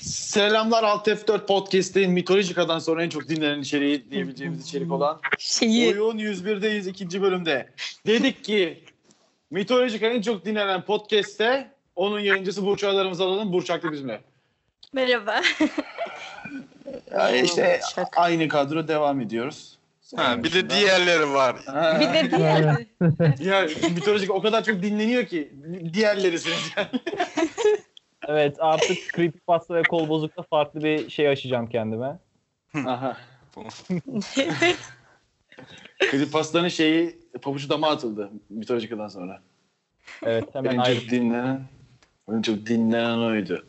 Selamlar Alt F4 Podcast'in mitolojik adan sonra en çok dinlenen içeriği diyebileceğimiz içerik olan Şeyi Oyun 101'deyiz ikinci bölümde. Dedik ki mitolojik en çok dinlenen podcast'te onun yayıncısı Burçaklarımızı alalım. Burçaklı bizimle. Merhaba. Ya işte Burçak. aynı kadro devam ediyoruz. Ha, bir de Sonrasında- diğerleri var. Ha. bir de Ya diğer mitolojik o kadar çok dinleniyor ki diğerleri Evet artık Creepypasta ve kol bozukta farklı bir şey açacağım kendime. Aha. Evet. Creepypasta'nın şeyi pabucu dama atıldı mitolojik adan sonra. Evet hemen en ayrı. çok dinlenen en çok dinlenen oydu.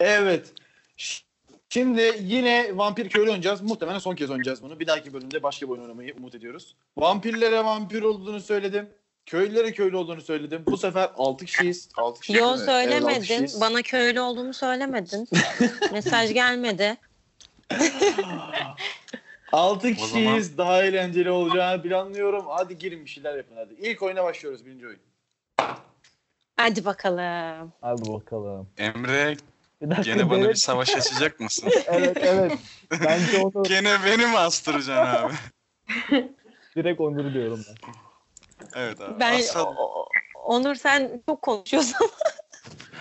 Evet. Ş- Şimdi yine vampir köylü oynayacağız. Muhtemelen son kez oynayacağız bunu. Bir dahaki bölümde başka bir oyun oynamayı umut ediyoruz. Vampirlere vampir olduğunu söyledim. Köylülere köylü olduğunu söyledim. Bu sefer 6 kişiyiz. 6 kişiyiz. Yo değil mi? Evet, altı söylemedin. kişiyiz. Bana köylü olduğumu söylemedin. Mesaj gelmedi. Altı zaman- kişiyiz daha eğlenceli olacağını planlıyorum. Hadi girin bir şeyler yapın hadi. İlk oyuna başlıyoruz birinci oyun. Hadi bakalım. Hadi bakalım. Emre Bir dakika, gene bana bir şey- evet, savaş açacak mısın? evet evet. Bence onu gene beni mi astıracaksın abi? direkt onur diyorum ben. Evet abi. Ben Asıl- o- o- Onur sen çok konuşuyorsun.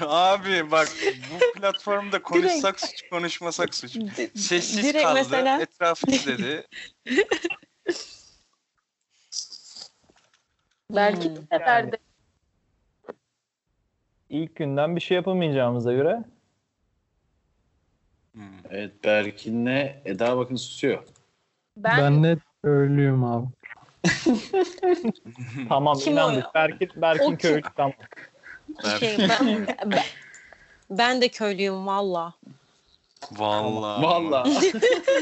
Abi bak bu platformda konuşsak suç konuşmasak suç. Sessiz Direkt kaldı. mesela- Etrafı izledi. Hmm, Belki bu sefer de İlk günden bir şey yapamayacağımıza göre Hmm. Evet Berkin'le Eda bakın susuyor. ben, Ben net ölüyüm abi. tamam Kim o inandık. ya? Berkin, Berkin O kim? köylü tamam. şey, ben, ben, ben de köylüyüm valla. Vallahi. Vallahi.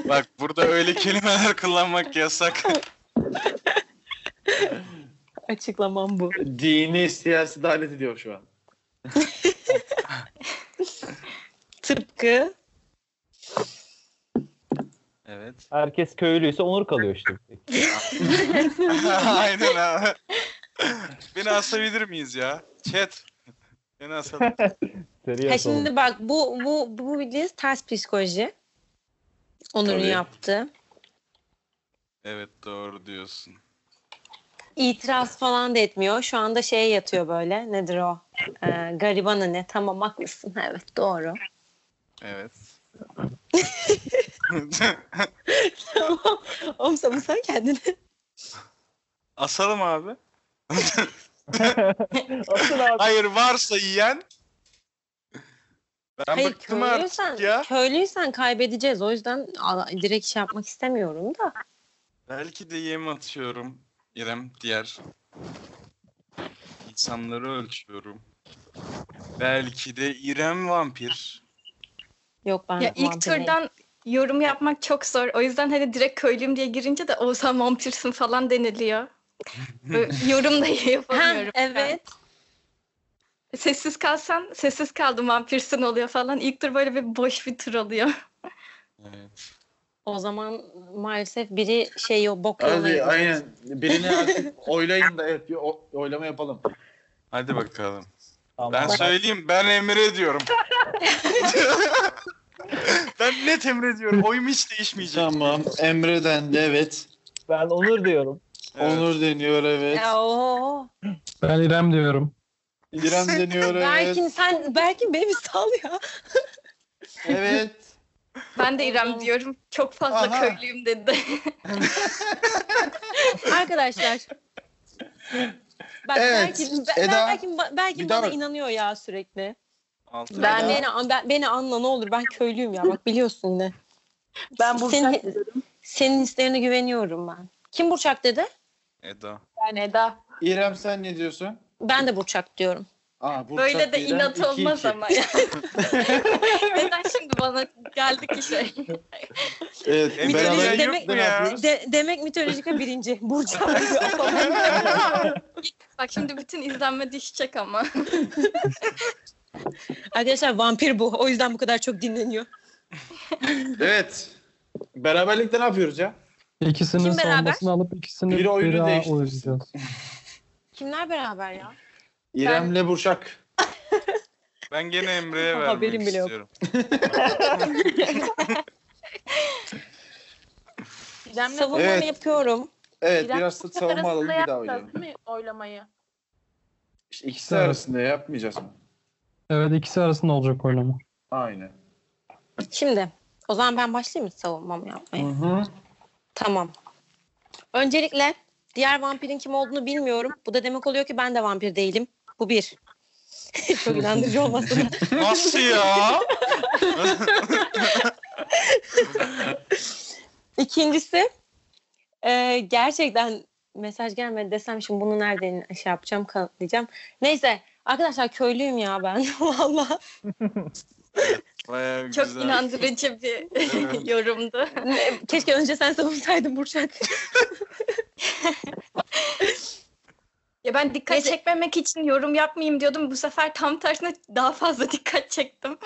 Bak burada öyle kelimeler kullanmak yasak. Açıklamam bu. Dini siyasi dalet ediyor şu an. Tıpkı Evet. Herkes köylüyse onur kalıyor işte. Aynen abi. Beni asabilir miyiz ya? Chat. Beni asabilir. Ha Seriye şimdi bak bu bu bu bildiğiniz ters psikoloji. Onur'un Tabii. yaptı. Evet doğru diyorsun. İtiraz falan da etmiyor. Şu anda şeye yatıyor böyle. Nedir o? Ee, garibana ne? Tamam haklısın. Evet doğru. Evet. Tamam. Oğlum sen, sen kendini. Asalım abi. Asıl abi. Hayır varsa yiyen. Ben Hayır bıktım artık köylüysen, ya. köylüysen kaybedeceğiz. O yüzden a, direkt şey yapmak istemiyorum da. Belki de yem atıyorum. İrem diğer insanları ölçüyorum. Belki de İrem vampir. Yok ben ya ilk vampirim. turdan yorum yapmak çok zor. O yüzden hani direkt köylüyüm diye girince de o sen vampirsin falan deniliyor. Böyle yorum da Ha, yapamıyorum. evet. Sessiz kalsan sessiz kaldım vampirsin oluyor falan. İlk tur böyle bir boş bir tur oluyor. Evet. O zaman maalesef biri şey o bok Hadi yolları. aynen. Birini artık oylayın da evet bir o- oylama yapalım. Hadi bakalım. Tamam. Ben söyleyeyim ben Emre diyorum. ben net Emre diyorum. Oyum hiç değişmeyecek. Tamam. Emre'den de evet. ben onur diyorum. Evet. Onur deniyor evet. Ya, oo. Ben İrem diyorum. İrem deniyor evet. Berkin sen Berkin beni bir sal ya. Evet. Ben de İrem diyorum. Çok fazla Aha. köylüyüm dedi. Arkadaşlar. Bak Evet, Berkin, ben, Eda, Berkin, ba- Berkin bir bana daha- inanıyor ya sürekli. Altı Ben- Ben, beni, ben, beni anla ne olur ben köylüyüm ya bak biliyorsun yine. Ben Burçak senin, Senin hislerine güveniyorum ben. Kim Burçak dedi? Eda. Yani Eda. İrem sen ne diyorsun? Ben de Burçak diyorum. Aa, Burçak Böyle de İrem, inat iki, olmaz iki. ama. Neden şimdi bana geldi ki şey? Evet. Emre Mitolojik E, beraber yok demek- mu ne ya? yapıyoruz? De, demek mitolojikte birinci. Burçak. Bak şimdi bütün izlenme düşecek ama. Arkadaşlar vampir bu. O yüzden bu kadar çok dinleniyor. Evet. Beraberlikte ne yapıyoruz ya? İkisinin Kim beraber? savunmasını alıp ikisini Biri biri oyunu oyunu değiştirsin. oynayacağız. Kimler beraber ya? İrem'le Burçak. Ben gene Emre'ye vermek Haberim bile yok. istiyorum. İrem'le Savunmamı Evet. yapıyorum. Evet İrem, biraz bu sefer savunma alalım arasında bir daha yapacağız oynayalım. Değil mi oylamayı? İşte ikisi Evet. arasında yapmayacağız mı? Evet ikisi arasında olacak oylama. Aynen. Şimdi o zaman ben başlayayım mı savunmamı yapmaya? Hı hı. Tamam. Öncelikle diğer vampirin kim olduğunu bilmiyorum. Bu da demek oluyor ki ben de vampir değilim. Bu bir. Çok inandırıcı olmasın. Nasıl ya? İkincisi e, gerçekten mesaj gelmedi desem şimdi bunu nereden şey yapacağım kanıtlayacağım. Neyse arkadaşlar köylüyüm ya ben. Valla. Bayağı Çok güzel. inandırıcı bir Evet. yorumdu. Keşke önce sen savunsaydın Burçak. Ya ben dikkat Neyse. çekmemek için yorum yapmayayım diyordum. Bu sefer tam tersine daha fazla dikkat çektim.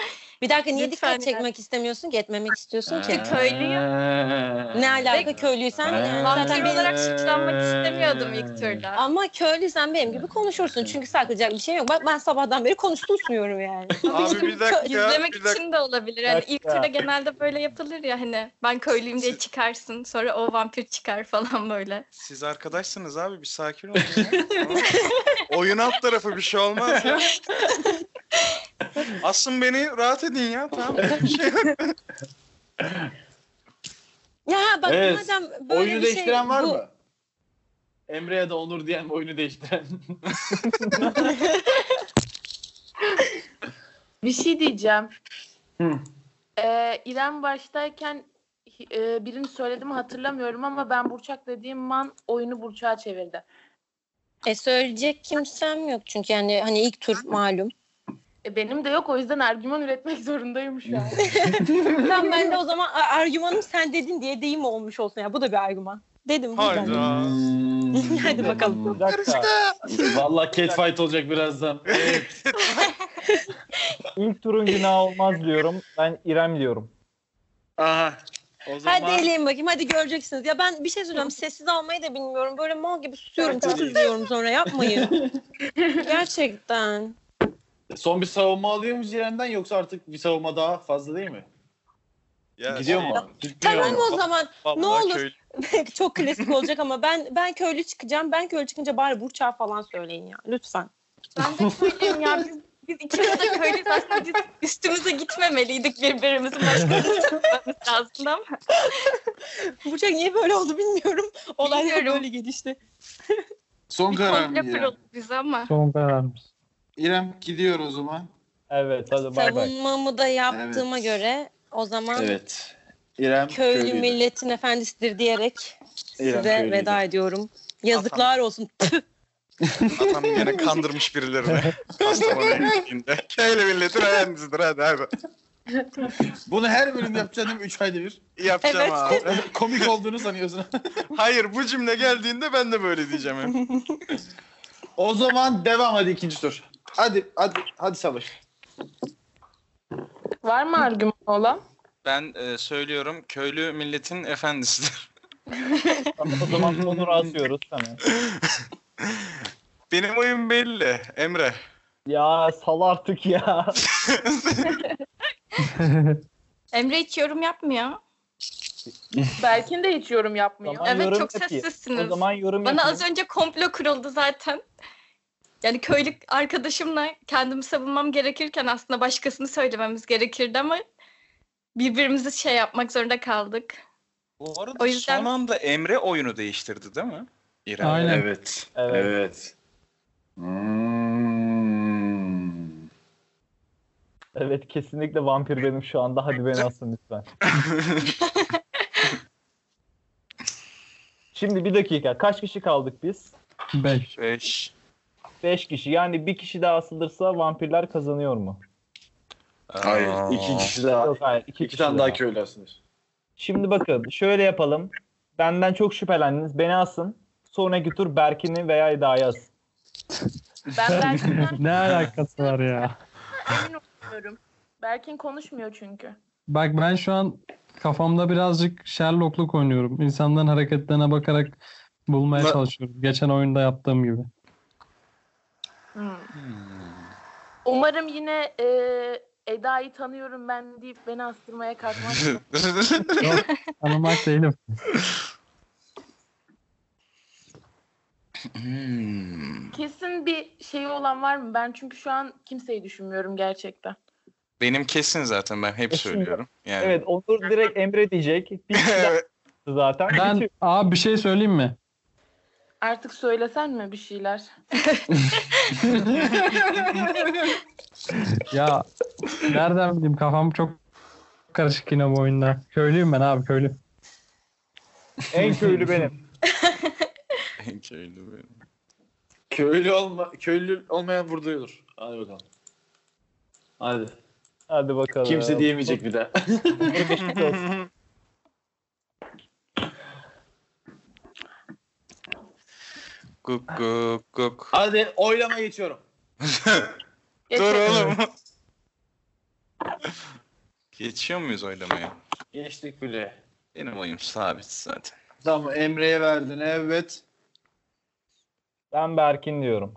Bir dakika niye Lütfen dikkat çekmek istemiyorsun ki etmemek istiyorsun ki? köylüyüm. Ee. Ne alaka köylüysen yani zaten Vampir benim- olarak suçlanmak istemiyordum ilk turda. Ama köylüysen benim gibi konuşursun. Çünkü saklayacak bir şey yok. Bak ben sabahtan beri konuştum sunuyorum yani. Abi bir dakika. İzlemek bir dakika. için de olabilir. Yani ilk Dakika. turda genelde böyle yapılır ya hani ben köylüyüm diye çıkarsın sonra o vampir çıkar falan böyle. Siz arkadaşsınız abi bir sakin olun. ya. Tamam. Oyun alt tarafı bir şey olmaz ya. Asın beni rahat edin ya tamam. Bir şey yok. Ya bak Evet. madem böyle Oyunu bir şey. değiştiren var bu- mı? Emre'ye de Onur diyen oyunu değiştiren. Bir şey diyeceğim. Hı. Ee, İrem baştayken e, birini söyledi mi hatırlamıyorum ama ben Burçak dediğim an oyunu Burçak'a çevirdi. E söyleyecek kimsem yok çünkü yani hani ilk tur malum. E, benim de yok o yüzden argüman üretmek zorundayım şu an. Tamam ben de o zaman a- argümanım sen dedin diye deyim olmuş olsun ya. Bu da bir argüman. Dedim bu Hmm. Hayda. yüzden. Hadi bakalım. Bir dakika. Valla catfight olacak birazdan. Evet. İlk turun günahı olmaz diyorum. Ben İrem diyorum. Aha. O zaman... Hadi eleyin bakayım hadi göreceksiniz. Ya ben bir şey söylüyorum sessiz almayı da bilmiyorum. Böyle mal gibi susuyorum. Bence de. Çok diyorum sonra yapmayın. Gerçekten. Son bir savunma alıyor muyuz İrem'den yoksa artık bir savunma daha fazla değil mi? Ya, Gidiyor şey, mu? Tamam Bilmiyorum. o zaman vallahi Ne olur. köylü- çok klasik olacak ama ben ben köylü çıkacağım. Ben köylü çıkınca bari Burçak falan söyleyin ya lütfen. Ben de köylüyüm ya biz, biz ikimiz de köylüyüz aslında biz üstümüze gitmemeliydik birbirimizin başkasını tutmamız lazımdı ama. Burçak niye böyle oldu bilmiyorum. Olaylar Bilmiyorum. böyle gelişti. Son Bir karar komple İrem. pırıl biz ama. Son kararımız. İrem gidiyor o zaman. Evet hadi bay bay. Savunmamı da yaptığıma Evet. göre o zaman Evet. İrem köylü köylüydü. milletin efendisidir diyerek İrem size köylüydü. veda ediyorum. Yazıklar olsun. Atam yine kandırmış birilerini. Kastamonu'ya gittiğinde. Köylü milletin efendisidir hadi hadi. Bunu her bölüm yapacağım 3 ayda bir. Yapacağım Evet. abi. Komik olduğunu sanıyorsun. Hayır bu cümle geldiğinde ben de böyle diyeceğim. hep. o zaman devam hadi ikinci tur. Hadi hadi hadi savaş. Var mı argüman olan? Ben e, söylüyorum köylü milletin efendisidir. Tamam, o zaman Onur'u asıyoruz. Tamam. Benim oyun belli Emre. Ya sal artık ya. Emre hiç yorum yapmıyor. Belki de hiç yorum yapmıyor. Tamam. Ben evet yorum çok yapayım. sessizsiniz. o zaman yorum Bana yapayım. az önce komplo kuruldu zaten. Yani köylü arkadaşımla kendimi savunmam gerekirken aslında başkasını söylememiz gerekirdi ama birbirimizi şey yapmak zorunda kaldık. Bu arada O yüzden- son anda Emre oyunu değiştirdi değil mi? İrem. Aynen. Evet. Evet. Evet. Hmm. Evet kesinlikle vampir benim şu anda. Hadi beni asın lütfen. Şimdi bir dakika. Kaç kişi kaldık biz? Beş. Beş. 5 kişi. Yani bir kişi daha asılırsa vampirler kazanıyor mu? Hayır. Aa. iki kişi daha. Yok hayır. 2 iki tane daha köylü aslında. Şimdi bakın şöyle yapalım. Benden çok şüphelendiniz. Beni asın. Sonraki tur Berkin'i veya Eda'yı asın. Ben Berkin'den ne alakası var ya? emin olmuyorum. Berkin konuşmuyor çünkü. Bak ben şu an kafamda birazcık Sherlock'luk oynuyorum. İnsanların hareketlerine bakarak bulmaya Ben- çalışıyorum. Geçen oyunda yaptığım gibi. Hmm. Umarım yine e, Eda'yı tanıyorum ben deyip beni astırmaya kalkmazsın. Yok tanımak değilim. Hmm. Kesin bir şey olan var mı? Ben çünkü şu an kimseyi düşünmüyorum gerçekten. Benim kesin zaten ben hep Kesin. söylüyorum. Yani Evet Onur direkt Emre diyecek. Bir kişi daha Evet. zaten. Ben Bitiyor. abi bir şey söyleyeyim mi? Artık söylesen mi bir şeyler? Ya nereden bileyim kafam çok karışık yine bu oyunda. Köylüyüm ben abi köylü. En köylü benim. Köylü benim. Köylü olma köylü olmayan vurduyulur. Hadi bakalım. Hadi. Ee, Hadi bakalım. Kimse diyemeyecek bir daha. Guk guk guk. Hadi oylama geçiyorum. Dur Geçelim. oğlum. Geçiyor muyuz oylamaya? Geçtik bile. Benim oyum sabit zaten. Tamam Emre'ye verdin. Evet. Ben Berkin diyorum.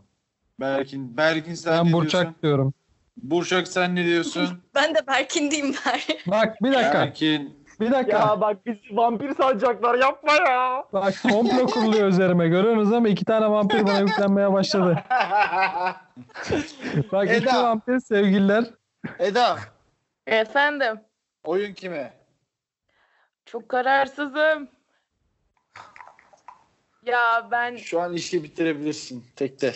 Berkin. Berkin sen Ben ne diyorsun? Burçak diyorum. Burçak sen ne diyorsun? Ben de Berkin diyeyim bari. Bak bir dakika. Berkin. Bir dakika. Ya bak bizi vampir sanacaklar yapma ya. Bak komplo kuruluyor üzerime. Görüyorsunuz ama iki tane vampir bana yüklenmeye başladı. Bak iki Eda. vampir sevgililer. Eda Efendim. oyun kime? Çok kararsızım. Ya ben Şu an işi bitirebilirsin tekte.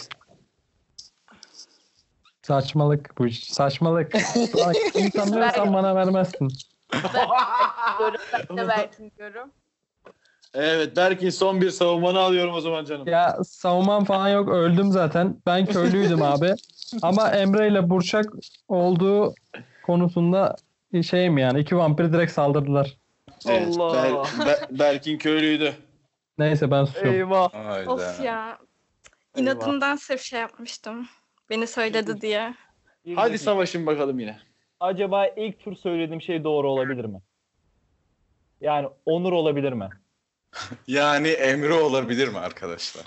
Saçmalık bu iş. Saçmalık. Bak bunu tanıyorsan bana vermezsin. diyorum, ben de Berkin diyorum. evet Berkin son bir savunmanı alıyorum o zaman canım. Ya savunmam falan yok. Öldüm zaten. Ben köylüydüm abi. Ama Emre ile Burçak olduğu konusunda şeyim yani. iki vampir direkt saldırdılar. Evet, Allah. Ber- Ber- Berkin köylüydü. Neyse ben susuyorum. Eyvah. Hayda. Of ya. Eyvah. İnadımdan sırf şey yapmıştım. Beni söyledi diye. Hadi savaşın bakalım yine. Acaba ilk tur söylediğim şey doğru olabilir mi? Yani Onur olabilir mi? Yani Emre olabilir mi arkadaşlar?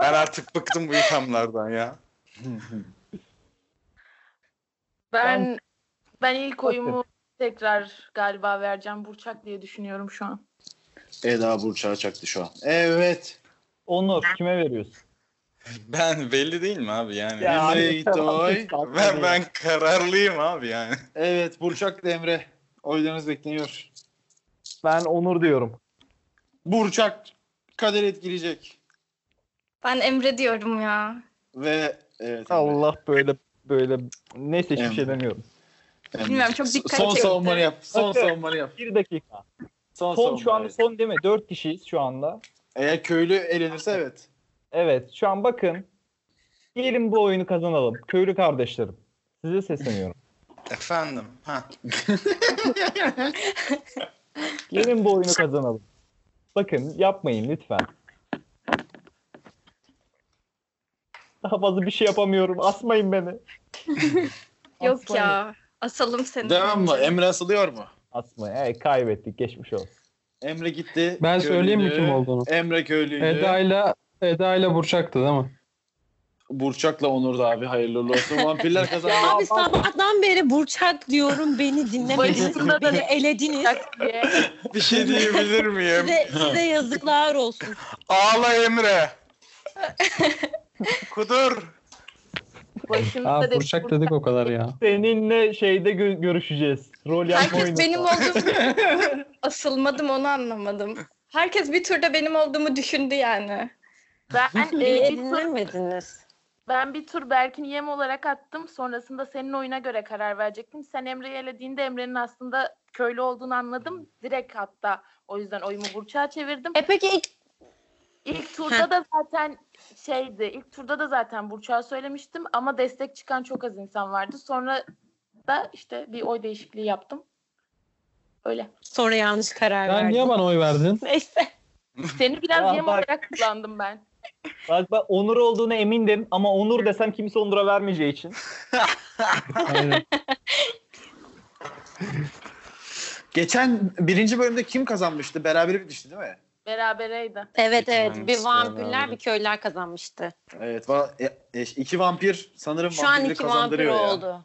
ben artık bıktım bu ithamlardan ya. Ben ben ilk oyumu tekrar galiba vereceğim Burçak diye düşünüyorum şu an. Eda Burçak'a çaktı şu an. Evet. Onur kime veriyorsun? Ben belli değil mi abi yani? Ya abi, Emre Itoy. ben, ben kararlıyım abi yani. Evet Burçak da Emre. Oylarınız bekleniyor. Ben Onur diyorum. Burçak kader etkileyecek. Ben Emre diyorum ya. Ve evet. Emre. Allah böyle böyle neyse hiçbir Evet. şey demiyorum. Emre. Bilmiyorum, çok dikkat Son çekti. savunmanı yap. Son Bakın. savunmanı yap. Bir dakika. Son, Son şu savunmanı anda yap. son değil mi? Dört kişiyiz şu anda. Eğer köylü elenirse evet. Evet şu an bakın. Gelin bu oyunu kazanalım. Köylü kardeşlerim. Size sesleniyorum. Efendim. Ha. Gelin bu oyunu kazanalım. Bakın yapmayın lütfen. Daha fazla bir şey yapamıyorum. Asmayın beni. Yok ya. Asalım seni. Devam mı? bence. Emre asılıyor mu? Asmayın. Evet, kaybettik. Geçmiş olsun. Emre gitti. Ben söyleyeyim mi Köylüydü. kim olduğunu? Emre köylüydü. Eda ile Eda ile Burçak'tı değil mi? Burçak'la Onur da abi hayırlı uğurlu olsun. Vampirler kazandı. Abi sabahtan beri Burçak diyorum beni dinlemediniz. Barış'ın da beni dedi. elediniz. Burçak diye. Bir şey diyebilir miyim? Size, size yazıklar olsun. Ağla Emre. Kudur. Başımda Aa, dedi, Burçak dedik o kadar ya. Seninle şeyde gö- görüşeceğiz. Rol yapma Herkes oyunu. benim olduğumu asılmadım onu anlamadım. Herkes bir turda benim olduğumu düşündü yani. Ben, Beni e, bir tur, dinlemediniz. ben bir tur Berkin yem olarak attım. Sonrasında senin oyuna göre karar verecektim. Sen Emre'yi elediğinde Emre'nin aslında köylü olduğunu anladım. Direkt hatta o yüzden oyumu Burçak'a çevirdim. E peki ilk İlk turda da zaten şeydi. İlk turda da zaten Burçak'a söylemiştim ama destek çıkan çok az insan vardı. Sonra da işte bir oy değişikliği yaptım. Öyle. sonra yanlış karar Sen verdim. niye bana oy verdin? Neyse. Seni biraz Aa, yem bak. olarak kullandım ben. Bak ben Onur olduğuna emindim ama Onur desem kimse Onur'a vermeyeceği için. Aynen. Geçen birinci bölümde kim kazanmıştı? Berabere bitmişti değil mi? Berabereydi. Evet Peki, evet. Bir mühendisler vampirler beraber. bir köylüler kazanmıştı. Evet. Va- e- e- iki vampir sanırım Şu an vampirleri iki vampir kazandırıyor ya. oldu.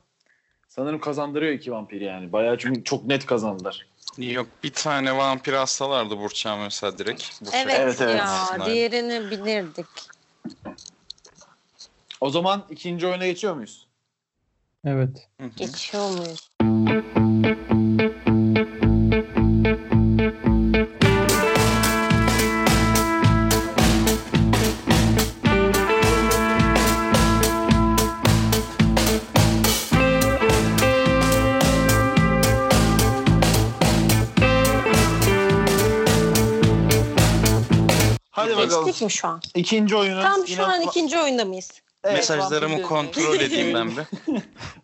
Sanırım kazandırıyor iki vampir yani. Bayağı çünkü çok net kazandılar. Yok bir tane vampir hastalardı Burçak mesela direkt. Burçak Evet, Evet, evet. ya. Aynen. Diğerini bilirdik. O zaman ikinci oyuna geçiyor muyuz? Evet. Hı hı. Geçiyor muyuz? Hadi bakalım. Geçtik mi şu an? İkinci oyunu. Tam şu Yine an va- ikinci oyunda mıyız? Evet, Mesajlarımı vampirlerini- kontrol edeyim ben bir.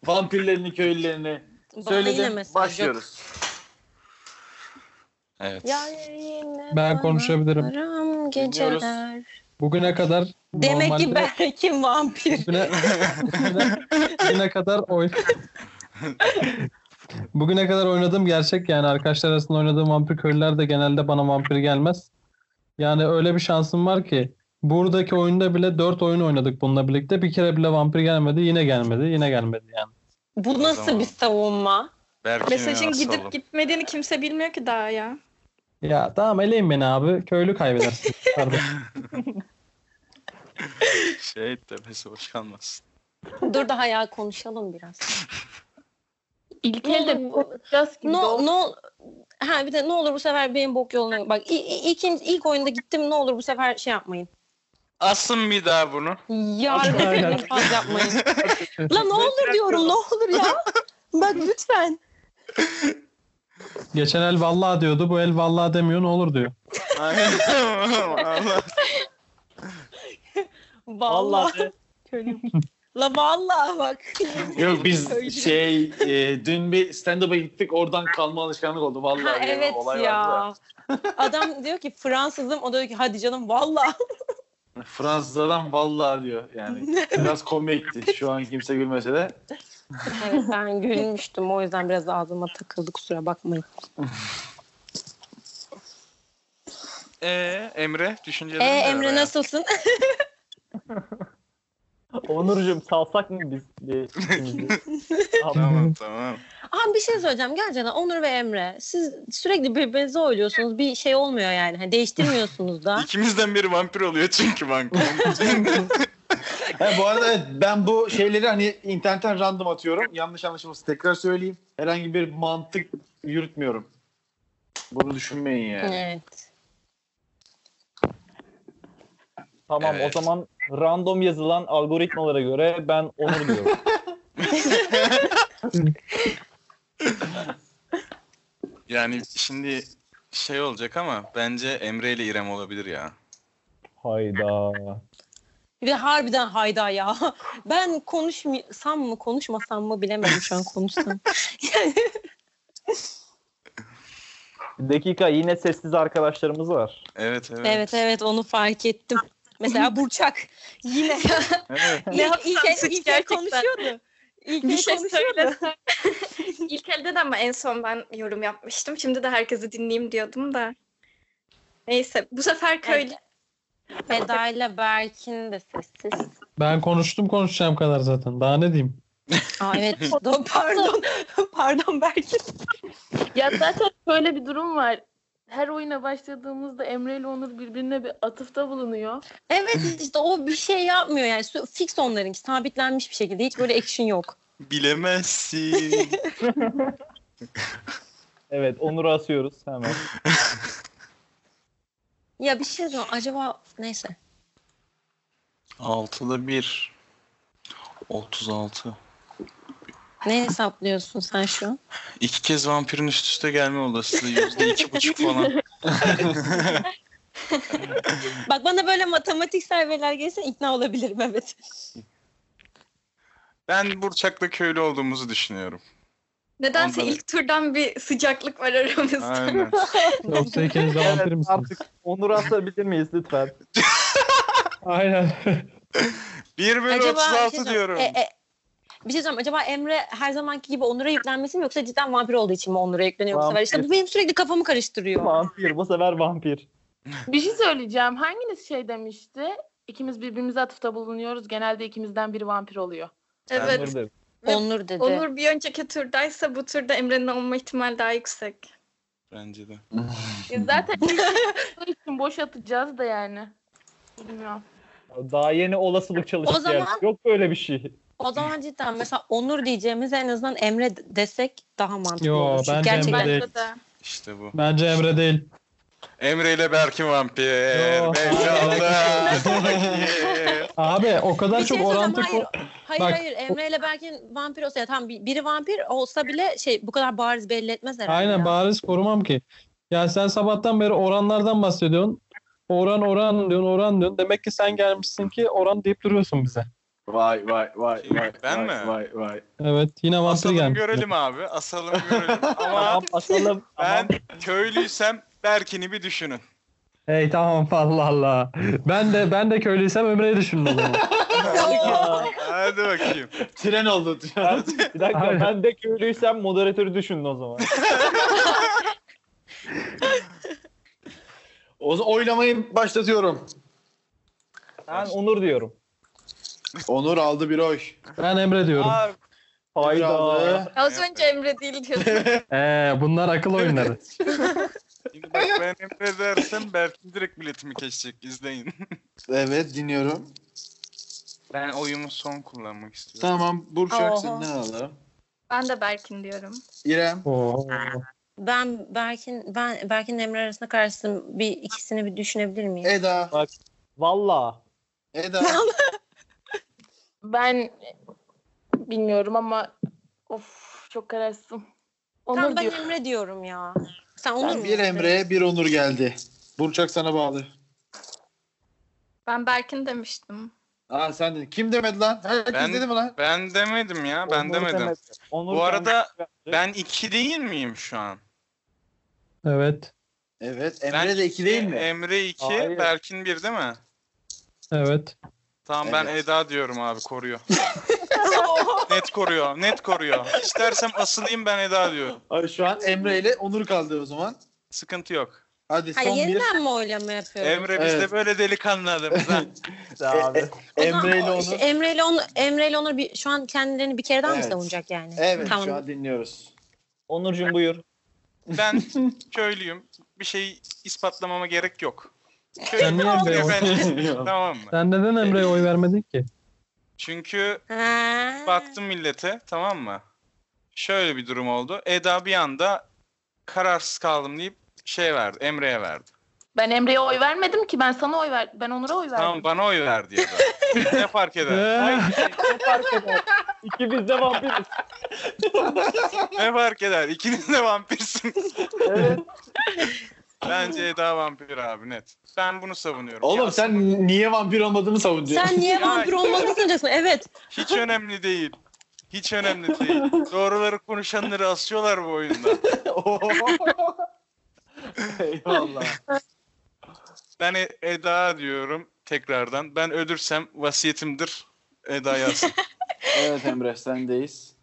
Vampirlerini, köylülerini Bana yine söyledim. mesaj yok. Başlıyoruz. Evet. Ya yine Ben bana konuşabilirim. Karam geceler. Bugüne kadar Demek normalde- ki Berk'in vampir. Bugüne, bugüne, bugüne kadar oy... Bugüne kadar oynadığım gerçek yani arkadaşlar arasında oynadığım vampir köylüler de genelde bana vampir gelmez. Yani öyle bir şansım var ki buradaki oyunda bile 4 oyun oynadık bununla birlikte. Bir kere bile vampir gelmedi, yine gelmedi, yine gelmedi yani. Bu O nasıl zaman. bir savunma? Berkin'e Mesajın nasıl gidip alalım? gitmediğini kimse bilmiyor ki daha ya. Ya tamam eleyin beni abi. Köylü kaybedersin. Pardon. Şey tepesi boş kalmasın. Dur daha ya konuşalım biraz. İlk Ne elde olur- konuşacağız gibi. Ne No, ne ol- ha bir de ne olur bu sefer benim bok yoluna bak i- i- ilk ilk oyunda gittim ne olur bu sefer şey yapmayın. Asın bir daha bunu. Yargı Aynen. beni fazla yapmayın. La ne olur diyorum ne olur ya. Bak lütfen. Geçen el vallahi diyordu. Bu el vallahi demiyor ne olur diyor. Allah. Vallahi. La vallahi bak. Yok Öyle. biz şey e, dün bir stand-up'a gittik oradan kalma alışkanlık oldu. Vallahi ha bir evet olay vardı ya. Adam diyor ki Fransızım o da diyor ki hadi canım vallahi. da. Fransız adam vallahi diyor yani. Biraz komikti şu an kimse gülmese de. evet ben gülmüştüm o yüzden biraz ağzıma takıldı kusura bakmayın. Ee, Emre düşüncelerini E de Emre ver nasılsın? Onurcuğum salsak mı biz? diye şimdi. hayatım. Tamam tamam. Abi bir şey söyleyeceğim. Gerçekten Onur ve Emre siz sürekli birbirinizi oyluyorsunuz. Bir şey olmuyor yani. Hani değiştirmiyorsunuz da. İkimizden biri vampir oluyor çünkü banka. Ha, bu arada evet, ben bu şeyleri hani internetten random atıyorum. Yanlış anlaşılması tekrar söyleyeyim. Herhangi bir mantık yürütmüyorum. Bunu düşünmeyin yani. evet. Tamam Evet. o zaman random yazılan algoritmalara göre ben Onur diyorum. yani şimdi şey olacak ama bence Emre ile İrem olabilir ya. Hayda. Bir de harbiden hayda ya. Ben konuşsam mı konuşmasam mı bilemedim şu an konuşsam. Yani Bir dakika yine sessiz arkadaşlarımız var. Evet evet. evet evet onu fark ettim. Mesela Burçak yine Evet. ne Ne ilk, yapsam ilk, suç ilk gerçekten. konuşuyordu. İlk Bir el şey konuşuyordu. söylesem. İlk elde de ama en son ben yorum yapmıştım. Şimdi de herkesi dinleyeyim diyordum da. Neyse bu sefer köylü Eda ile Berk'in de sessiz. Ben konuştum konuşacağım kadar zaten. Daha ne diyeyim? Aa, evet Do- pardon pardon Berk'in. ya zaten şöyle bir durum var. Her oyuna başladığımızda Emre ile Onur birbirine bir atıfta bulunuyor. Evet işte o bir şey yapmıyor yani Sü- fix onlarınki sabitlenmiş bir şekilde hiç böyle action yok. Bilemezsin. Evet Onur'u asıyoruz hemen. Ya bir şey söyleyeyim acaba neyse. Altıda bir. 36. Ne hesaplıyorsun sen şu an? İki kez vampirin üst üste gelme olasılığı yüzde iki buçuk falan. Bak bana böyle matematiksel veriler gelirse ikna olabilirim evet. Ben Burçak'la köylü olduğumuzu düşünüyorum. nedense Ondan- ilk turdan bir sıcaklık var aramızda. Aynen. Yoksa ikiniz de vampir Evet, misiniz? artık Onur'u asabilir miyiz lütfen? Aynen. 1 bölü Acaba bir şey 36 söyleyeceğim. diyorum. E, e, bir şey söyleyeyim. Acaba Emre her zamanki gibi Onur'a yüklenmesi mi yoksa cidden vampir olduğu için mi Onur'a yükleniyor bu sefer? İşte bu Vampir. benim sürekli kafamı karıştırıyor. Vampir bu sefer vampir. Bir şey söyleyeceğim. Hanginiz şey demişti? İkimiz birbirimize atıfta bulunuyoruz. Genelde ikimizden biri vampir oluyor. Evet. Onur dedi. Onur dedi. Onur bir önceki turdaysa bu turda Emre'nin olma ihtimali daha yüksek. Bence de. Biz zaten ilk için boş atacağız da yani. Bilmiyorum. Daha yeni olasılık çalışması zaman- yani. Yok böyle bir şey. O zaman cidden mesela Onur diyeceğimiz en azından Emre d- desek daha mantıklı Yo, olur. Çünkü bence Emre gerçekten değil. Bence de. İşte bu. Bence Emre değil. Emre ile Berk'in vampir. Yo, Belli hayır. oldu. Abi o kadar Bir şey çok söyleyeceğim, orantı... hayır. Hayır Bak, hayır Emre ile Berk'in vampir olsa ya tamam bir- biri vampir olsa bile şey bu kadar bariz belli etmez herhalde. Aynen ya. bariz korumam ki. Ya sen sabahtan beri oranlardan bahsediyorsun. Oran oran diyorsun oran diyorsun. Demek ki sen gelmişsin ki oran deyip duruyorsun bize. Vay vay vay Kim, vay. Şey, ben vay, mi? Vay vay. Evet yine vampir Asalım gelmiş. görelim abi. Asalım görelim. Ama Tamam asalım. ben Tamam. köylüysem Berkin'i bir düşünün. Hey tamam Allah Allah. Ben de ben de köylüysem Ömre'yi düşünün o zaman. Aa, Hadi bakayım. Tren oldu. ben- bir dakika Aynen. ben de köylüysem moderatörü düşünün o zaman. o zaman oylamayı başlatıyorum. Ben Onur diyorum. Onur aldı bir oy. Ben Emre diyorum. Abi, Hayda. Aldı. Ya Az önce Emre değil diyorsun. Ee, bunlar akıl oyunları. Şimdi bak ben Emre dersem Berkin direkt biletimi kesecek. İzleyin. Evet dinliyorum. Ben oyumu son kullanmak istiyorum. Tamam Burçak Oho. senden alalım. ben de Berkin diyorum. İrem. Oo. Ben Berk'in ben Berk'in Emre arasında karşısın bir ikisini bir düşünebilir miyim? Eda. Valla. Eda. Ben bilmiyorum ama of çok kararsızım. Onur tamam ben diyor. Emre diyorum ya. Sen Onur Ben mu? bir Emre'ye bir şey Onur geldi. Burçak sana bağlı. Ben Berkin demiştim. Aa sen dedin. Kim demedi lan? Herkes Ben- dedi mi lan? Ben demedim ya. Ben Onur demedim. demedi. Onur Bu arada kendisi- ben iki değil miyim şu an? Evet. Evet. Emre Ben de iki değil mi? Emre iki, Hayır. Berkin bir değil mi? Evet. Tamam ben Evet. Eda diyorum abi koruyor. net koruyor, net koruyor. İstersem asılayım ben Eda diyorum. Ay, şu an Emre ile Onur kaldı o zaman. Sıkıntı yok. Hadi Hayır son bir. yeniden mi oylama yapıyoruz? Emre bizde Evet. böyle delikanlı adamız ha. abi. O zaman E, Emre ile o- Onur. işte Emre ile Onur, Emre ile Onur bir, şu an kendilerini bir kere daha Evet. mı savunacak yani? Evet Tamam. şu an dinliyoruz. Onurcuğum buyur. Ben köylüyüm. Bir şey ispatlamama gerek yok. Sen niye Emre'ye oy- Efendim, tamam mı? Sen neden Emre'ye oy vermedin ki? Çünkü Ha. baktım millete tamam mı? Şöyle bir durum oldu. Eda bir anda kararsız kaldım deyip şey verdi. Emre'ye verdi. Ben Emre'ye oy vermedim ki. Ben sana oy ver. Ben Onur'a oy verdim. Tamam bana oy verdi ya da. ne fark eder? Ee, Ne fark eder? İki bizde vampiriz. Ne fark eder? İkiniz de vampirsiniz. Evet. Bence Eda vampir abi net. Ben bunu savunuyorum. Oğlum Ya sen niye vampir olmadığını savunuyorsun. Sen niye vampir olmadığını sanacaksın? Evet. Hiç önemli değil. Hiç önemli değil. Doğruları konuşanları asıyorlar bu oyunda. Eyvallah. Ben E- Eda diyorum tekrardan. Ben ölürsem vasiyetimdir. Eda yazsın. Evet Emre sendeyiz.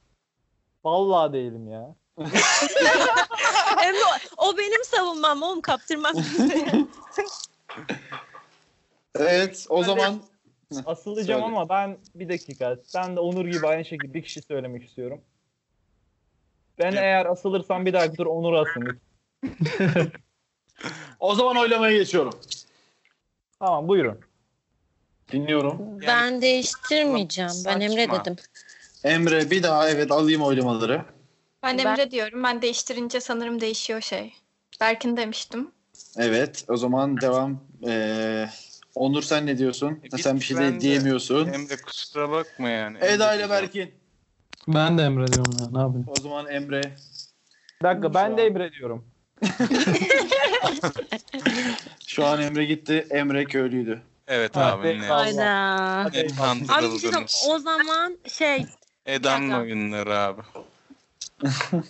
Valla değilim ya. Emre o, o benim savunmam oğlum kaptırmaz. Evet o zaman Asılacağım Söyle. ama ben bir dakika. Ben de Onur gibi aynı şekilde bir kişi söylemek istiyorum. Ben Yap. eğer asılırsam bir dahaki tur Onur asın. o zaman oylamaya geçiyorum. Tamam buyurun. Dinliyorum. ben değiştirmeyeceğim. Ben Emre Saçma. dedim. Emre bir daha evet alayım oylamaları. Ben, Ben- Emre diyorum. Ben değiştirince sanırım değişiyor şey. Berkin demiştim. Evet o zaman devam. Ee, Onur sen ne diyorsun? E, biz- sen bir şey de ben de- diyemiyorsun. Emre kusura bakma yani. Eda Emre ile kusura- Berkin. ben de Emre diyorum ya. Ne yapayım? O zaman Emre. Bir dakika ben de Emre diyorum. Şu an Emre gitti. Emre köylüydü. Evet Ha, abi peki. ne? Aynen. Hayda. Hadi eyvallah. Abi bir şey söyleyeyim, Kandırıldınız. o zaman şey Eda'nın dakika. oyunları abi.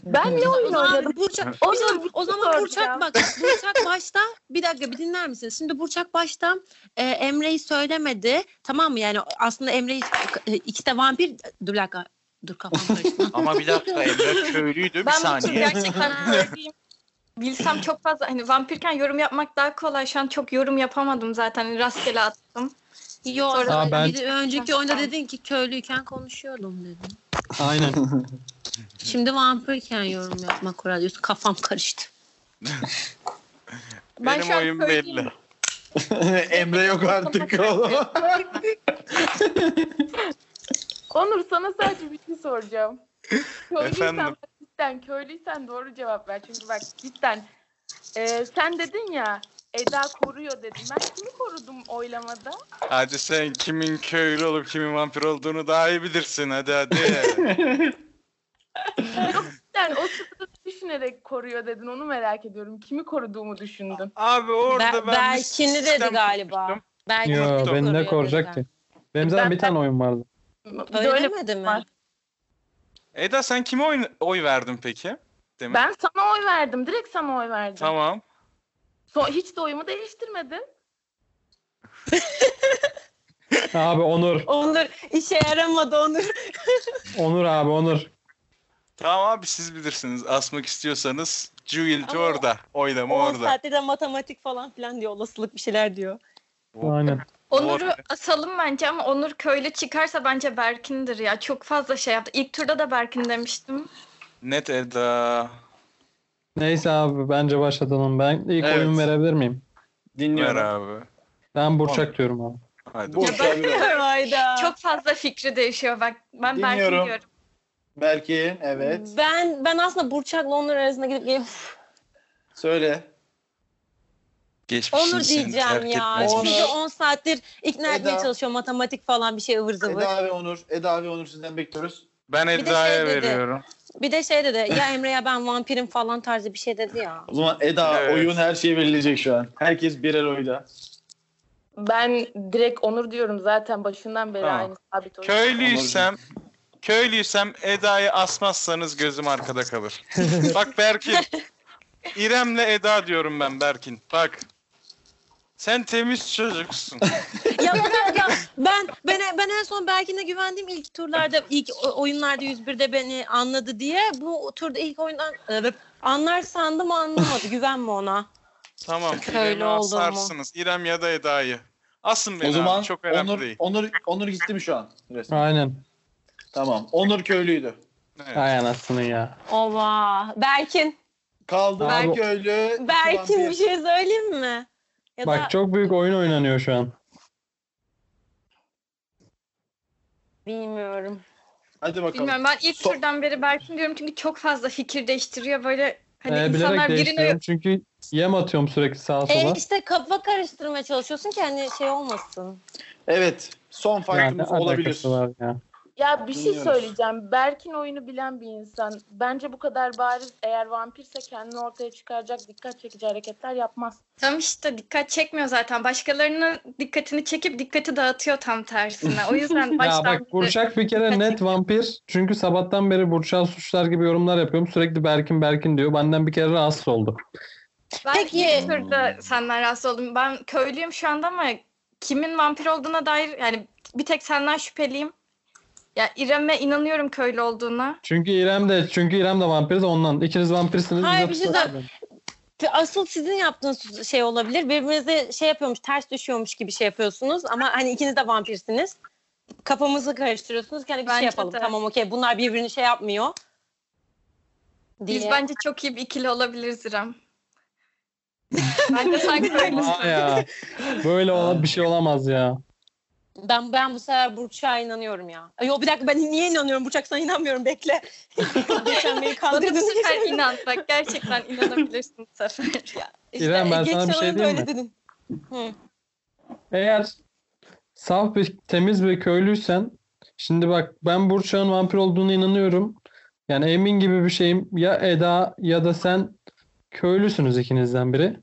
Ben ne o oyun oynadım? zaman Burçak O o zaman, zaman o zaman soracağım. Burçak bak Burçak başta bir dakika bir dinler misin? Şimdi Burçak başta e, Emre'yi söylemedi. Tamam mı? Yani aslında Emre'yi e, ikisi de vampir dur bir dakika. Dur kafam karıştı. Ama bir dakika Emre köylüydü bir ben bu tur saniye. gerçekten köylüyüm. Bilsem çok fazla hani vampirken yorum yapmak daha kolay. Şu an çok yorum yapamadım zaten. Rastgele attım. Yo, Sonra- Aa, ben- bir de önceki oyunda dedin ki köylüyken konuşuyordum dedin. Aynen. Şimdi vampirken yorum yapmak kural diyorsun. Kafam karıştı. Ben Benim şu an oyun köylüyüm. belli. Emre yok artık oğlum. Onur sana sadece bir şey soracağım. Köylüysen Efendim? bak cidden köylüysen doğru cevap ver. Çünkü bak cidden e, sen dedin ya Eda koruyor dedim. Ben kimi korudum oylamada? Hacı sen kimin köylü olup kimin vampir olduğunu daha iyi bilirsin. Hadi hadi. Cidden o sırada düşünerek koruyor dedin. Onu merak ediyorum. Kimi koruduğumu düşündün. Abi orada Be- ben... Berkin'i dedi sistem galiba. tutmuştum. Belki Yo, beni ne koruyacak ki? Benim zaten Ben- bir tane oyun vardı. Öyle Böyle demedi mi? var. Eda sen kime oy, oy verdin peki? Demin. ben sana oy verdim. Direkt sana oy verdim. Tamam. So- hiç de oyumu değiştirmedim. Abi Onur. Onur işe yaramadı Onur. Onur abi Onur. Tamam abi siz bilirsiniz. Asmak istiyorsanız Jewel'ci Ama- orada. Oylama 10 orada. saatte de matematik falan filan diyor olasılık bir şeyler diyor. Aynen. Onur'u Doğru. asalım bence ama Onur köylü çıkarsa bence Berkin'dir ya. Çok fazla şey yaptı. İlk turda da Berkin demiştim. Net Eda. Neyse abi bence başlatalım. Ben ilk Evet. oyun verebilir miyim? Ver Dinliyorum. abi. Ben Burçak diyorum abi. Hadi. Bu- Ya ben de Hayda. çok fazla fikri değişiyor bak. Ben Dinliyorum. Berkin diyorum. Berkin evet. Ben ben aslında Burçak'la Onur arasında gidip gelip Söyle. Geçmişin Onur seni diyeceğim terk ya. şey- etmez Onur. mi? Çünkü 10 saattir ikna Eda. etmeye çalışıyor matematik falan bir şey ıvır zıvır. Eda ve Onur. Eda ve Onur sizden bekliyoruz. Ben Bir de Eda'ya şey dedi. veriyorum. Bir de şey dedi ya Emre ya ben vampirim falan tarzı bir şey dedi ya. O zaman Eda Evet. oyun her şey verilecek şu an. Herkes birer oyda. Ben direkt Onur diyorum zaten başından beri Tamam. aynı sabit oyun. Köylüysem köylüysem Eda'yı asmazsanız gözüm arkada kalır. Bak Berkin. İrem'le Eda diyorum ben Berkin. Bak. Sen temiz çocuksun. ya bir dakika ben, ben, ben en son Berkin'e güvendim ilk turlarda ilk o- oyunlarda 101'de beni anladı diye bu turda ilk oyundan e, anlar sandım anlamadı güvenme ona. Tamam. Köylü İrem'i oldun mu? asarsınız. İrem ya da Eda'yı. Asın beni o zaman abi. Çok önemli Onur, değil. Onur, Onur gitti mi şu an? Resmen. Aynen. Tamam. Onur köylüydü. Evet. Ay anasını ya. Ova Berkin Kaldı Abi- Berk köylü. iki Berkin vampir. bir şey söyleyeyim mi? Ya da Bak çok büyük oyun oynanıyor şu an. bilmiyorum. Hadi bakalım. Bilmiyorum ben ilk So- turdan beri Berkin diyorum çünkü çok fazla fikir değiştiriyor böyle. Hani Ee, bilerek insanlar değiştiriyorum birine çünkü yem atıyorum sürekli sağa sola. E işte kafa karıştırmaya çalışıyorsun ki hani şey olmasın. Evet. Son Yani fight'ımız alakası olabilir. var ya. Ya bir şey Dinliyoruz. söyleyeceğim. Berk'in oyunu bilen bir insan. Bence bu kadar bariz eğer vampirse kendini ortaya çıkaracak dikkat çekici hareketler yapmaz. tam işte dikkat çekmiyor zaten. Başkalarının dikkatini çekip dikkati dağıtıyor tam tersine. O yüzden Ya baştan bak Burçak bir kere net vampir. Çünkü sabahtan beri Burçak'ı suçlar gibi yorumlar yapıyorum. Sürekli Berkin Berkin diyor. Benden bir kere rahatsız oldu. Ben Peki. ilk turda senden rahatsız oldum. Ben köylüyüm şu anda ama kimin vampir olduğuna dair yani bir tek senden şüpheliyim. Ya İrem'e inanıyorum köylü olduğuna. Çünkü İrem de çünkü İrem de vampir de ondan. İkiniz vampirsiniz. biz Hayır, de bir şey tutarız. Ve Asıl sizin yaptığınız şey olabilir. Birbirinize şey yapıyormuş, ters düşüyormuş gibi şey yapıyorsunuz. Ama hani ikiniz de vampirsiniz. Kafamızı karıştırıyorsunuz. ki Hani bir şey Bence yapalım. de. Tamam okey. Bunlar birbirini şey yapmıyor. Diye. Biz bence çok iyi bir ikili olabiliriz İrem. Bence sen Aa köylüsün. ya. Böyle olan bir şey olamaz ya. Ben ben bu sefer Burçak'a inanıyorum ya. Ay, Yo bir dakika ben niye inanıyorum? Burçak sana inanmıyorum. Bekle. Geçen beni Bana bu kandırdın. sefer inan. Bak gerçekten inanabilirsin bu sefer. İşte, İrem, ben sana geçen bir şey oyunda diyeyim öyle mi? dedin. Eğer saf bir temiz bir köylüysen şimdi bak ben Burçak'ın vampir olduğunu inanıyorum. Yani emin gibi bir şeyim. Ya Eda ya da sen köylüsünüz ikinizden biri.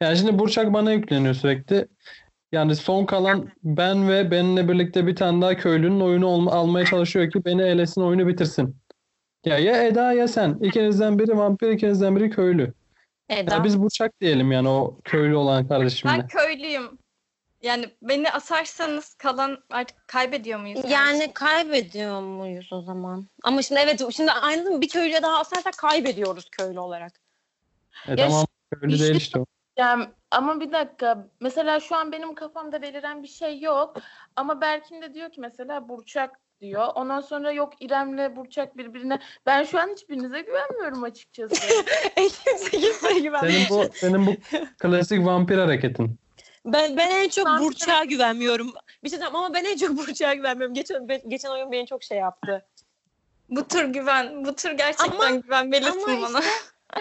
Yani şimdi Burçak bana yükleniyor sürekli. Yani son kalan ben ve benimle birlikte bir tane daha köylünün oyunu olma- almaya çalışıyor ki beni elesin oyunu bitirsin. Ya ya Eda ya sen. İkinizden biri vampir, ikinizden biri köylü. E, Eda. Ya biz Burçak diyelim yani o köylü olan kardeşimle. Ben köylüyüm. Yani beni asarsanız kalan artık kaybediyor muyuz? Yani kaybediyor muyuz o zaman? Ama şimdi evet şimdi aynı değil mi? Bir köylüye daha asarsak kaybediyoruz köylü olarak. E tamam köylü işte- değil işte o. Yani, ama bir dakika. Mesela şu an benim kafamda beliren bir şey yok. Ama Berkin de diyor ki mesela Burçak diyor. Ondan sonra yok İrem'le Burçak birbirine. Ben şu an hiçbirinize güvenmiyorum açıkçası. 58 sayı güvenmiyorum. Senin bu, senin bu klasik vampir hareketin. Ben, ben en çok Ben- Burçak'a güvenmiyorum. Bir şey diyeceğim ama ben en çok Burçak'a güvenmiyorum. Geçen, be- geçen oyun beni çok şey yaptı. Bu tür güven, bu tür gerçekten Ama- güvenmelisin ama bana.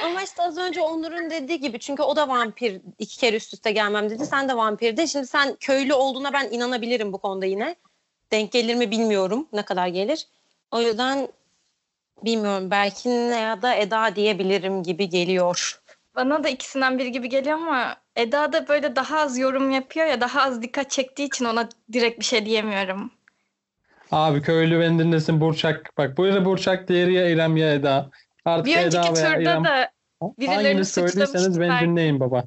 Ama işte az önce Onur'un dediği gibi çünkü o da vampir iki kere üst üste gelmem dedi. Sen de vampirdi. Şimdi sen köylü olduğuna ben inanabilirim bu konuda yine. Denk gelir mi bilmiyorum ne kadar gelir. O yüzden bilmiyorum Berkin ya da Eda diyebilirim gibi geliyor. Bana da ikisinden biri gibi geliyor ama Eda da böyle daha az yorum yapıyor ya daha az dikkat çektiği için ona direkt bir şey diyemiyorum. Abi köylü beni dinlesin Burçak. Bak bu ya Burçak diğeri ya İrem ya Eda. Artık Bir Eda önceki veya turda İrem. da birilerini Hanginiz söylüyorsanız beni suçlamışlar. dinleyin baba.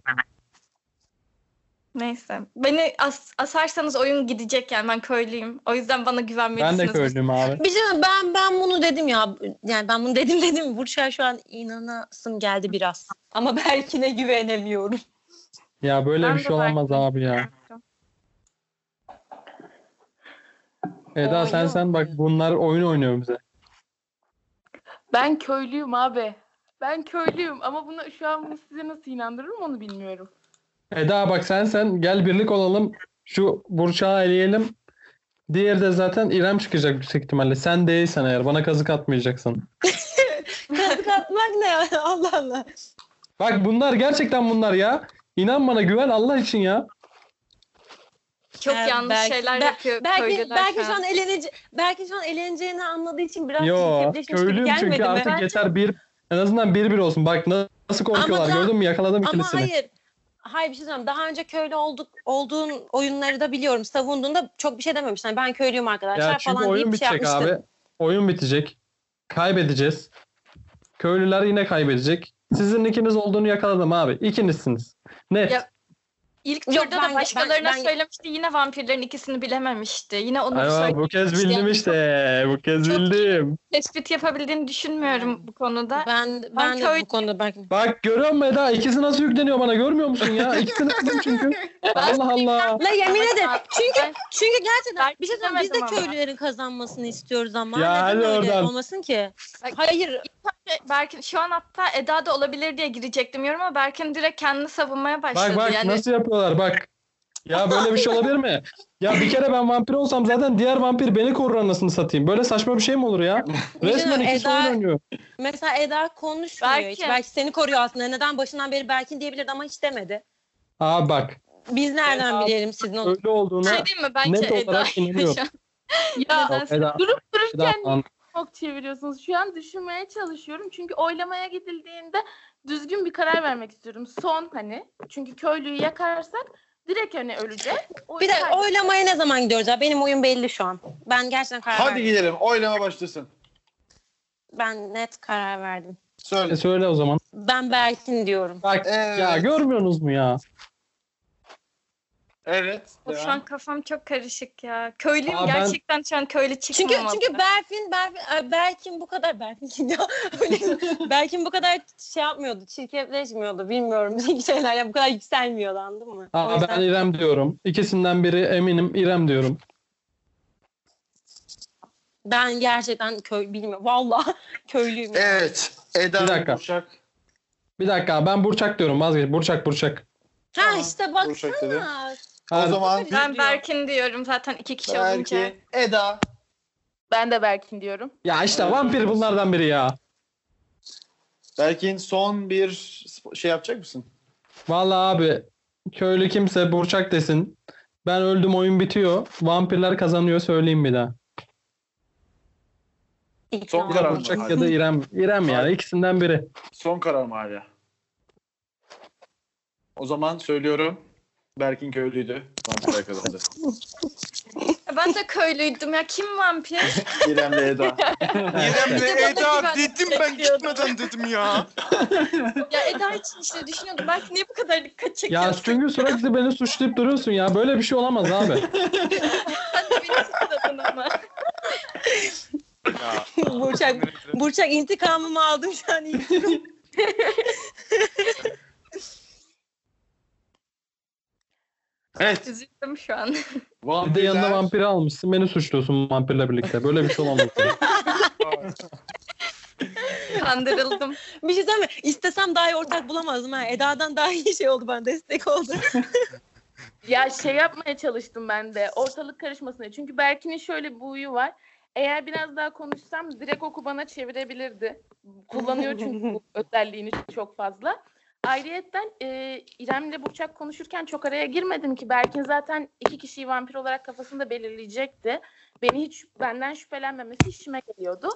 neyse. Beni as- asarsanız oyun gidecek yani ben köylüyüm. O yüzden bana Ben güvenmelisiniz. de köylüyüm abi. Bir şey ben ben bunu dedim ya. Yani ben bunu dedim dedim. Burçak'a şu an inanasım geldi biraz. Ama Berkin'e güvenemiyorum. Ya böyle Ben bir de şey olamaz Berkin. abi ya. Eda sen Oynuyor. sen bak bunlar oyun oynuyor bize. ben köylüyüm abi. Ben köylüyüm ama bunu şu an bunu size nasıl inandırırım onu bilmiyorum. Eda bak sen sen gel birlik olalım. Şu Burçak'ı eleyelim. Diğeri de zaten İrem çıkacak yüksek ihtimalle. Sen değilsen eğer bana kazık atmayacaksın. Kazık atmak ne ya? Allah Allah. Bak bunlar gerçekten bunlar ya. İnan bana güven Allah için ya. Çok Yani yanlış Ee, belki- şeyler be- yapıyor Belki köylüler belki şu an elenece belki şu an eleneceğini anladığı için biraz Yo çirkefleşmiş gibi köylüyüm gelmedi çünkü mi? artık yeter bir en azından bir bir olsun. Bak na- nasıl korkuyorlar Ama daha- gördün mü yakaladım Ama ikilisini. hayır. Hayır bir şey söyleyeyim. Daha önce köylü olduk olduğun oyunları da biliyorum. Savunduğunda çok bir şey dememiştin. Hani ben köylüyüm arkadaşlar Ya çünkü falan oyun deyip şey bitecek yapmıştın. abi. Oyun bitecek. Kaybedeceğiz. Köylüler yine kaybedecek. Sizin ikiniz olduğunu yakaladım abi. İkinizsiniz. Net. Ya- İlk Yok, turda ben- da başkalarına ben- ben- söylemişti. Yine vampirlerin ikisini bilememişti. Yine onu Ay, söyle- bu kez bildim Yani işte. Bu kez çok- bildim. tespit yapabildiğini Hmm. düşünmüyorum bu konuda. Ben ben, Ben de köylüyüm. bu konuda belki Bak görüyor musun Eda? İkisi nasıl yükleniyor bana görmüyor musun ya? İkisi de kızım çünkü. Allah Allah. La yemin Ama ederim. ben- Çünkü çünkü gerçekten Ben bir şey söyleyeyim. Biz de bilemedim ama. köylülerin kazanmasını istiyoruz ama. Ya neden hadi öyle oradan. olmasın ki? Bak- Hayır. şey, Berkin şu an hatta Eda da olabilir diye girecektim yorum ama Berkin direkt kendini savunmaya başladı. Bak bak yani nasıl yapıyorlar bak. Ya böyle bir şey olabilir mi? Ya bir kere ben vampir olsam zaten diğer vampir beni korur anasını satayım. Böyle saçma bir şey mi olur ya? Resmen ikisi Eda- oyun oynuyor. Mesela Eda konuşmuyor hiç. Berkin. Belki seni koruyor aslında. Neden başından beri Berkin diyebilirdi ama hiç demedi. Aa bak Biz nereden Eda- bilelim sizin onu? öyle olduğuna şey değil mi? Bence net Eda. olarak inanıyorum. Şu an- Ya Yok, Eda, durup Eda, dururken an- çok çeviriyorsunuz. Şu an düşünmeye çalışıyorum. Çünkü oylamaya gidildiğinde düzgün bir karar vermek istiyorum. Son hani. Çünkü köylüyü yakarsak direkt hani öleceğiz. O Bir de yüzden- oylamaya ne zaman gidiyoruz ya? Benim oyun belli şu an. Ben gerçekten karar Hadi verdim. gidelim. Oylama başlasın. Ben net karar verdim. Söyle. E, söyle o zaman. Ben Berkin diyorum. Bak Evet. ya görmüyorsunuz mu ya? Evet. Of, Şu devam. an kafam çok karışık ya. Köylüyüm Aa, ben- gerçekten şu an köylü Çünkü çıkmamalı. çünkü Berfin, Berfin, Ay, Berkin bu kadar Berfin kim ya? Berkin bu kadar şey yapmıyordu, çirkefleşmiyordu. Bilmiyorum bir şeyler ya bu kadar yükselmiyordu anladın mı? O Aa, ben yüzden- İrem diyorum. İkisinden biri eminim İrem diyorum. Ben gerçekten köy bilmiyorum. Vallahi köylüyüm. ya. Evet. Eda Bir dakika. Burçak. Bir dakika ben Burçak diyorum vazgeç. Burçak Burçak. ha işte bak. Burçak dedi. Ha, O zaman Ben şey Berkin diyorum zaten iki kişi olunca. belki Eda. Ben de Berkin diyorum. Ya işte vampir bunlardan biri ya. Berkin son bir sp- şey yapacak mısın? Vallahi abi köylü kimse Burçak desin. Ben öldüm oyun bitiyor. Vampirler kazanıyor söyleyeyim bir daha. Son Bir de karar mı? Burçak ya da İrem. İrem yani ikisinden biri. Son karar mı hala? O zaman söylüyorum. Berkin köylüydü. Vampirler kazandı. Ben de köylüydüm ya. Kim vampir? İrem ve Eda. İrem'le Bir de bana Eda güven- dedim ben gitmeden dedim ya. ya Eda için işte düşünüyordum. Belki niye bu kadar dikkat Ya çekiyorsun? çünkü sürekli beni suçlayıp duruyorsun ya. Böyle bir şey olamaz abi. Sen de beni suçladın ama. ya Burçak, Burçak intikamımı aldım şu an. iyi. Evet. Üzüldüm şu an. Bir de yanına vampiri almışsın. Beni suçluyorsun vampirle birlikte. Böyle bir şey olamaz. Kandırıldım. Bir şey söyleyeyim mi? İstesem daha iyi ortak bulamazdım. Ha. Eda'dan daha iyi şey oldu ben destek oldu. Ya şey yapmaya çalıştım ben de ortalık karışmasına. Çünkü Berkin'in şöyle bir huyu var. Eğer biraz daha konuşsam direkt oku bana çevirebilirdi. Kullanıyor çünkü bu özelliğini çok fazla. Ayrıyetten e, İrem'le Burçak konuşurken çok araya girmedim ki Berkin zaten iki kişiyi vampir olarak kafasında belirleyecekti. Beni hiç benden şüphelenmemesi işime geliyordu.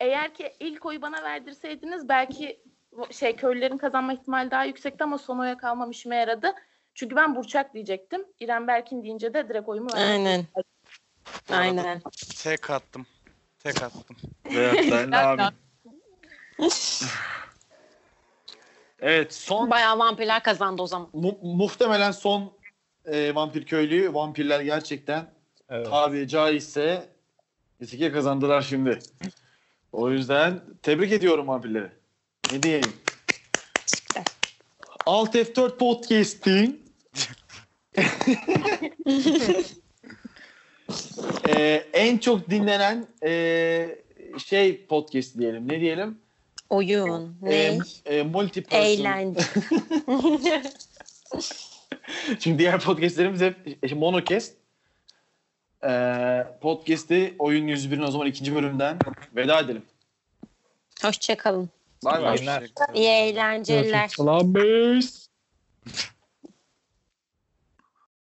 Eğer ki ilk oyu bana verdirseydiniz belki bu- şey köylülerin kazanma ihtimali daha yüksekti ama son oya kalmam işime yaradı. Çünkü ben Burçak diyecektim. İrem Berkin deyince de direkt oyumu verdim. Aynen. Aynen. Tek attım. Tek attım. Sen abi. evet son Bayağı vampirler kazandı o zaman. mu- muhtemelen son e, vampir köylüyü vampirler gerçekten Evet. tabi caizse riske kazandılar şimdi. O yüzden tebrik ediyorum vampirleri. Ne diyelim? Alt F4 Podcast'in Ee, en çok dinlenen ee, şey podcast diyelim. Ne diyelim? Oyun. Ne? Ee, e, multi person. Eğlence. Çünkü diğer podcastlerimiz hep e, monocast. Ee, podcast'i Oyun 101'in o zaman ikinci bölümden veda edelim. Hoşçakalın. Bay bay. Aynen. İyi eğlenceler. Selam beys.